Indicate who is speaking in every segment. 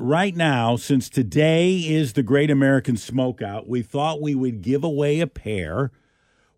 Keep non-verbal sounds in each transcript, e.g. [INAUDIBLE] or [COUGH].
Speaker 1: right now, since today is the Great American Smokeout, we thought we would give away a pair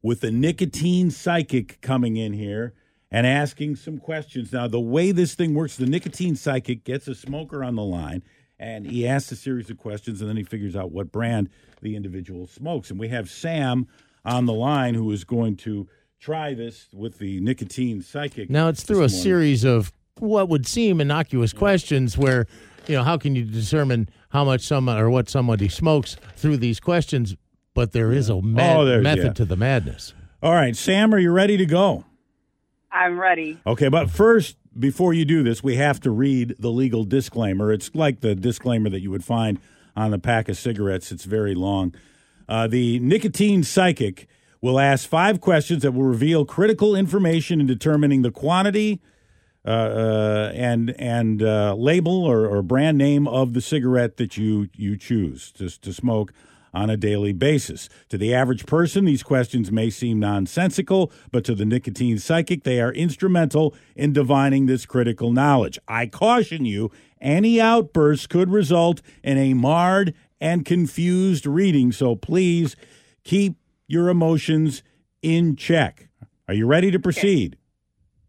Speaker 1: with a nicotine psychic coming in here and asking some questions. Now, the way this thing works, the nicotine psychic gets a smoker on the line and he asks a series of questions and then he figures out what brand the individual smokes. And we have Sam on the line who is going to try this with the nicotine psychic.
Speaker 2: Now it's through a
Speaker 1: this morning.
Speaker 2: series of what would seem innocuous questions where, you know, how can you determine how much someone or what somebody smokes through these questions? But there is a mad-
Speaker 1: Oh, there's-
Speaker 2: method
Speaker 1: yeah.
Speaker 2: to the madness.
Speaker 1: All right, Sam, are you ready to go?
Speaker 3: I'm ready.
Speaker 1: Okay, but first, before you do this, we have to read the legal disclaimer. It's like the disclaimer that you would find on the pack of cigarettes, it's very long. Uh, the nicotine psychic will ask five questions that will reveal critical information in determining the quantity uh, uh, and and uh, label or, or brand name of the cigarette that you you choose to, to smoke on a daily basis. To the average person, these questions may seem nonsensical, but to the nicotine psychic, they are instrumental in divining this critical knowledge. I caution you: any outburst could result in a marred and confused reading. So please keep your emotions in check. Are you ready to proceed?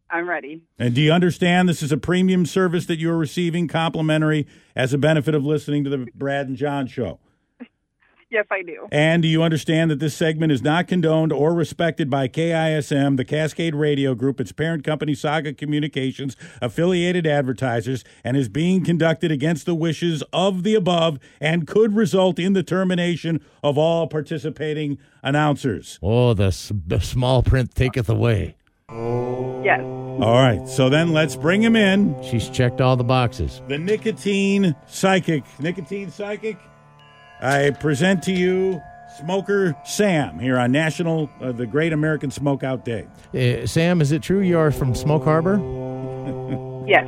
Speaker 3: I'm ready.
Speaker 1: And do you understand this is a premium service that you're receiving complimentary as a benefit of listening to the Brad and John show?
Speaker 3: Yes, I do.
Speaker 1: And do you understand that this segment is not condoned or respected by KISM, the Cascade Radio Group, its parent company Saga Communications, affiliated advertisers, and is being conducted against the wishes of the above and could result in the termination of all participating announcers?
Speaker 2: Oh, the, s- the small print taketh away.
Speaker 3: Yes.
Speaker 1: All right, so then let's bring him in.
Speaker 2: She's checked all the boxes.
Speaker 1: The Nicotine Psychic. Nicotine Psychic, I present to you Smoker Sam here on National, uh, the Great American Smokeout Day.
Speaker 2: Uh, Sam, is it true you are from Smoke Harbor?
Speaker 3: Yes.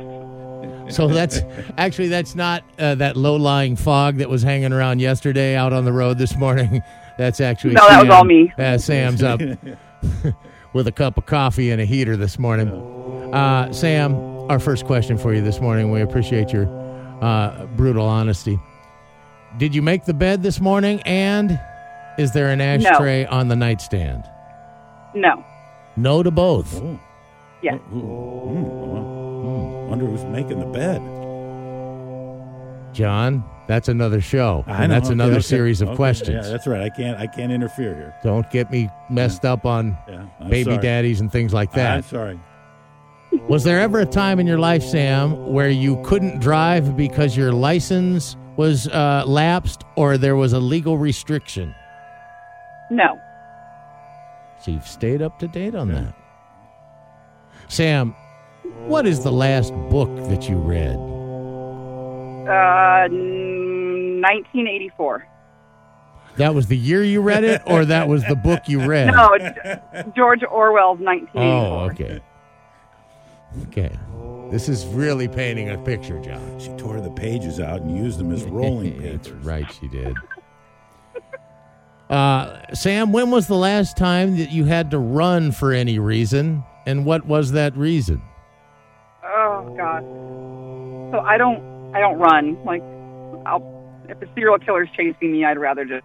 Speaker 2: So that's actually that's not uh, that low-lying fog that was hanging around yesterday out on the road this morning. [LAUGHS] That's actually
Speaker 3: No, that was
Speaker 2: Sam.
Speaker 3: all me.
Speaker 2: Uh, Sam's up [LAUGHS] with a cup of coffee and a heater this morning. Uh, Sam, our first question for you this morning. We appreciate your uh, brutal honesty. Did you make the bed this morning? And is there an ashtray on the nightstand?
Speaker 3: No.
Speaker 2: No to both.
Speaker 3: Yes.
Speaker 1: Oh. Ooh, mm, well, mm, wonder who's making the bed.
Speaker 2: John, that's another show.
Speaker 1: I
Speaker 2: and
Speaker 1: know,
Speaker 2: that's
Speaker 1: okay,
Speaker 2: another
Speaker 1: okay,
Speaker 2: series of
Speaker 1: okay,
Speaker 2: questions.
Speaker 1: Yeah, that's right. I can't. I can't interfere here.
Speaker 2: Don't get me messed up on
Speaker 1: Yeah, I'm
Speaker 2: baby
Speaker 1: sorry.
Speaker 2: daddies and things like that.
Speaker 1: I'm sorry.
Speaker 2: Was there ever a time in your life, Sam, where you couldn't drive because your license was uh, lapsed or there was a legal restriction?
Speaker 3: No.
Speaker 2: So you've stayed up to date on that. Sam, what is the last book that you read?
Speaker 3: Uh, n- 1984.
Speaker 2: That was the year you read it, or that was the book you read?
Speaker 3: [LAUGHS] No, it's George Orwell's 1984.
Speaker 2: Oh, okay. Okay. This is really painting a picture, John.
Speaker 1: She tore the pages out and used them as
Speaker 2: [LAUGHS]
Speaker 1: rolling
Speaker 2: That's
Speaker 1: papers.
Speaker 2: right, she did. Uh, Sam, when was the last time that you had to run for any reason, and what was that reason? [LAUGHS]
Speaker 3: Oh God. So I don't. I don't run. Like, I'll. If a serial killer's chasing me, I'd rather just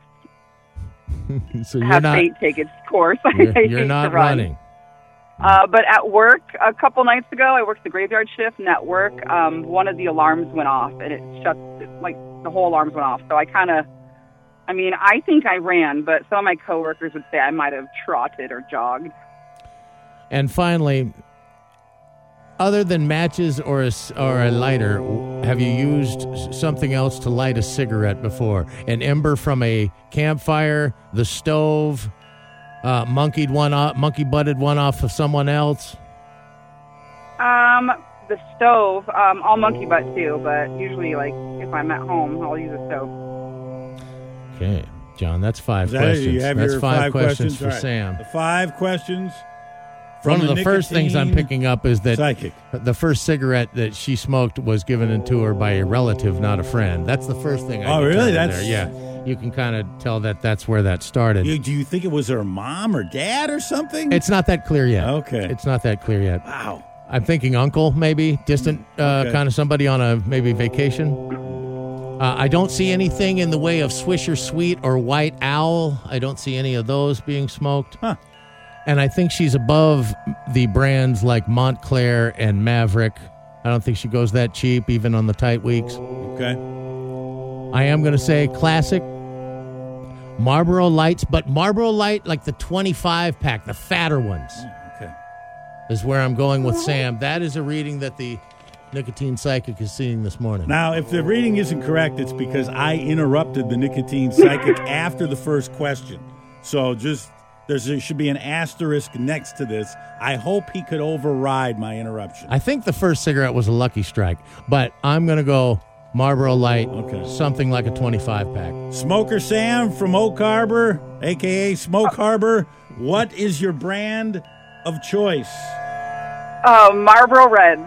Speaker 2: so you're
Speaker 3: have
Speaker 2: not
Speaker 3: fate take its course. [LAUGHS] I
Speaker 2: you're,
Speaker 3: hate
Speaker 2: you're
Speaker 3: to
Speaker 2: not
Speaker 3: run.
Speaker 2: running.
Speaker 3: Uh, but at work, a couple nights ago, I worked the graveyard shift, and at work, um, one of the alarms went off, and it shut, like, the whole alarms went off. So I kind of, I mean, I think I ran, but some of my coworkers would say I might have trotted or jogged.
Speaker 2: And finally, other than matches or a, s- or a lighter, w- have you used s- something else to light a cigarette before? An ember from a campfire, the stove, uh, monkeyed one off, monkey butted one off of someone else.
Speaker 3: Um, the stove, um, I'll monkey butt too, but usually, like, if I'm at home, I'll use a stove.
Speaker 2: Okay, John, that's five
Speaker 1: Is that it?
Speaker 2: questions.
Speaker 1: You have
Speaker 2: that's
Speaker 1: your
Speaker 2: five,
Speaker 1: five
Speaker 2: questions,
Speaker 1: All
Speaker 2: for
Speaker 1: right.
Speaker 2: Sam.
Speaker 1: The five questions.
Speaker 2: One of the, first things I'm
Speaker 1: nicotine
Speaker 2: picking up is that
Speaker 1: Psychic.
Speaker 2: the first cigarette that she smoked was given to her by a relative, not a friend. That's the first thing. I
Speaker 1: Oh, really?
Speaker 2: determined
Speaker 1: That's-
Speaker 2: there. yeah. You can kind of tell that that's where that started.
Speaker 1: You- do you think it was her mom or dad or something?
Speaker 2: it's not that clear yet.
Speaker 1: Okay.
Speaker 2: It's not that clear yet.
Speaker 1: wow.
Speaker 2: I'm thinking uncle, maybe distant, uh,
Speaker 1: Okay.
Speaker 2: kind of somebody on a maybe vacation. Uh, I don't see anything in the way of Swisher Sweet or White Owl. I don't see any of those being smoked.
Speaker 1: Huh.
Speaker 2: And I think she's above the brands like Montclair and Maverick. I don't think she goes that cheap, even on the tight weeks.
Speaker 1: Okay.
Speaker 2: I am going to say classic Marlboro Lights, but Marlboro Light, like the 25 pack, the fatter ones,
Speaker 1: Okay.
Speaker 2: is where I'm going with Sam. That is a reading that the nicotine psychic is seeing this morning.
Speaker 1: Now, if the reading isn't correct, it's because I interrupted the nicotine psychic after the first question. So just there's, there should be an asterisk next to this. I hope he could override my interruption.
Speaker 2: I think the first cigarette was a lucky strike, but I'm going to go Marlboro Light,
Speaker 1: Okay.
Speaker 2: something like a 25 pack.
Speaker 1: Smoker Sam from Oak Harbor, aka Smoke Harbor. What is your brand of choice?
Speaker 3: Oh, Marlboro Reds.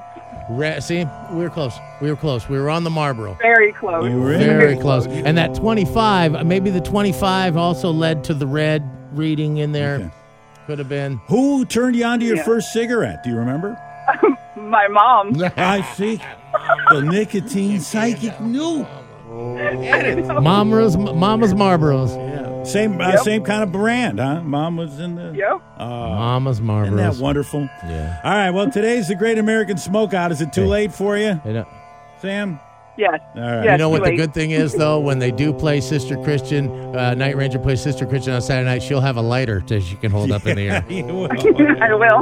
Speaker 2: Re- See, we were close. We were close. We were on the Marlboro.
Speaker 3: Very close.
Speaker 1: You were in.
Speaker 2: Very close. And that 25, maybe the 25 also led to the red reading in there.
Speaker 1: Okay.
Speaker 2: Could have been.
Speaker 1: Who turned you on to your
Speaker 3: Yeah.
Speaker 1: first cigarette? Do you remember?
Speaker 3: [LAUGHS] My mom.
Speaker 1: [LAUGHS] I see. The nicotine psychic knew.
Speaker 2: Mama's, Mama's Marlboros.
Speaker 1: Yeah. Same uh,
Speaker 3: Yep.
Speaker 1: same kind of brand, huh? Mom was in the.
Speaker 3: [LAUGHS]
Speaker 1: uh,
Speaker 3: Yep.
Speaker 2: Mama's
Speaker 1: Isn't that
Speaker 2: Marlboros.
Speaker 1: wonderful?
Speaker 2: Yeah.
Speaker 1: All right. Well, today's the Great American Smokeout. Is it too
Speaker 2: Hey.
Speaker 1: late for you,
Speaker 2: You know-
Speaker 1: Sam?
Speaker 3: Yes.
Speaker 1: All right.
Speaker 2: You
Speaker 3: Yes.
Speaker 2: know what the
Speaker 3: Absolutely.
Speaker 2: good thing is, though? When they do play Sister Christian, uh, Night Ranger plays Sister Christian on Saturday night, she'll have a lighter that she can hold up in the air.
Speaker 1: [LAUGHS]
Speaker 3: [LAUGHS]
Speaker 1: You will.
Speaker 3: I will.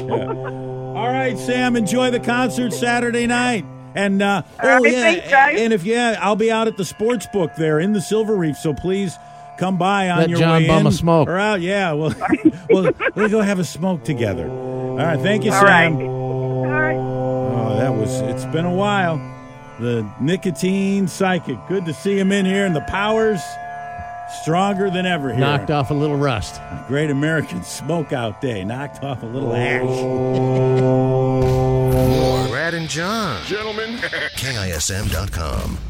Speaker 1: All right, Sam. Enjoy the concert Saturday night. And uh,
Speaker 3: All
Speaker 1: oh
Speaker 3: right,
Speaker 1: yeah,
Speaker 3: thanks, guys.
Speaker 1: and if yeah, I'll be out at the sports book there in the Silver Reef. So please come by on
Speaker 2: Let
Speaker 1: your
Speaker 2: John
Speaker 1: way
Speaker 2: bum
Speaker 1: in
Speaker 2: a smoke.
Speaker 1: or out. Yeah, well, [LAUGHS] well, we'll go have a smoke together. All right, thank you,
Speaker 3: All right.
Speaker 1: Sam.
Speaker 3: All right.
Speaker 1: Oh, that was. It's been a while. The nicotine psychic. Good to see him in here, and the powers stronger than ever here.
Speaker 2: Knocked off a little rust.
Speaker 1: Great American [LAUGHS] Smokeout Day. Knocked off a little ash.
Speaker 4: Brad and John. Gentlemen. KISM.com.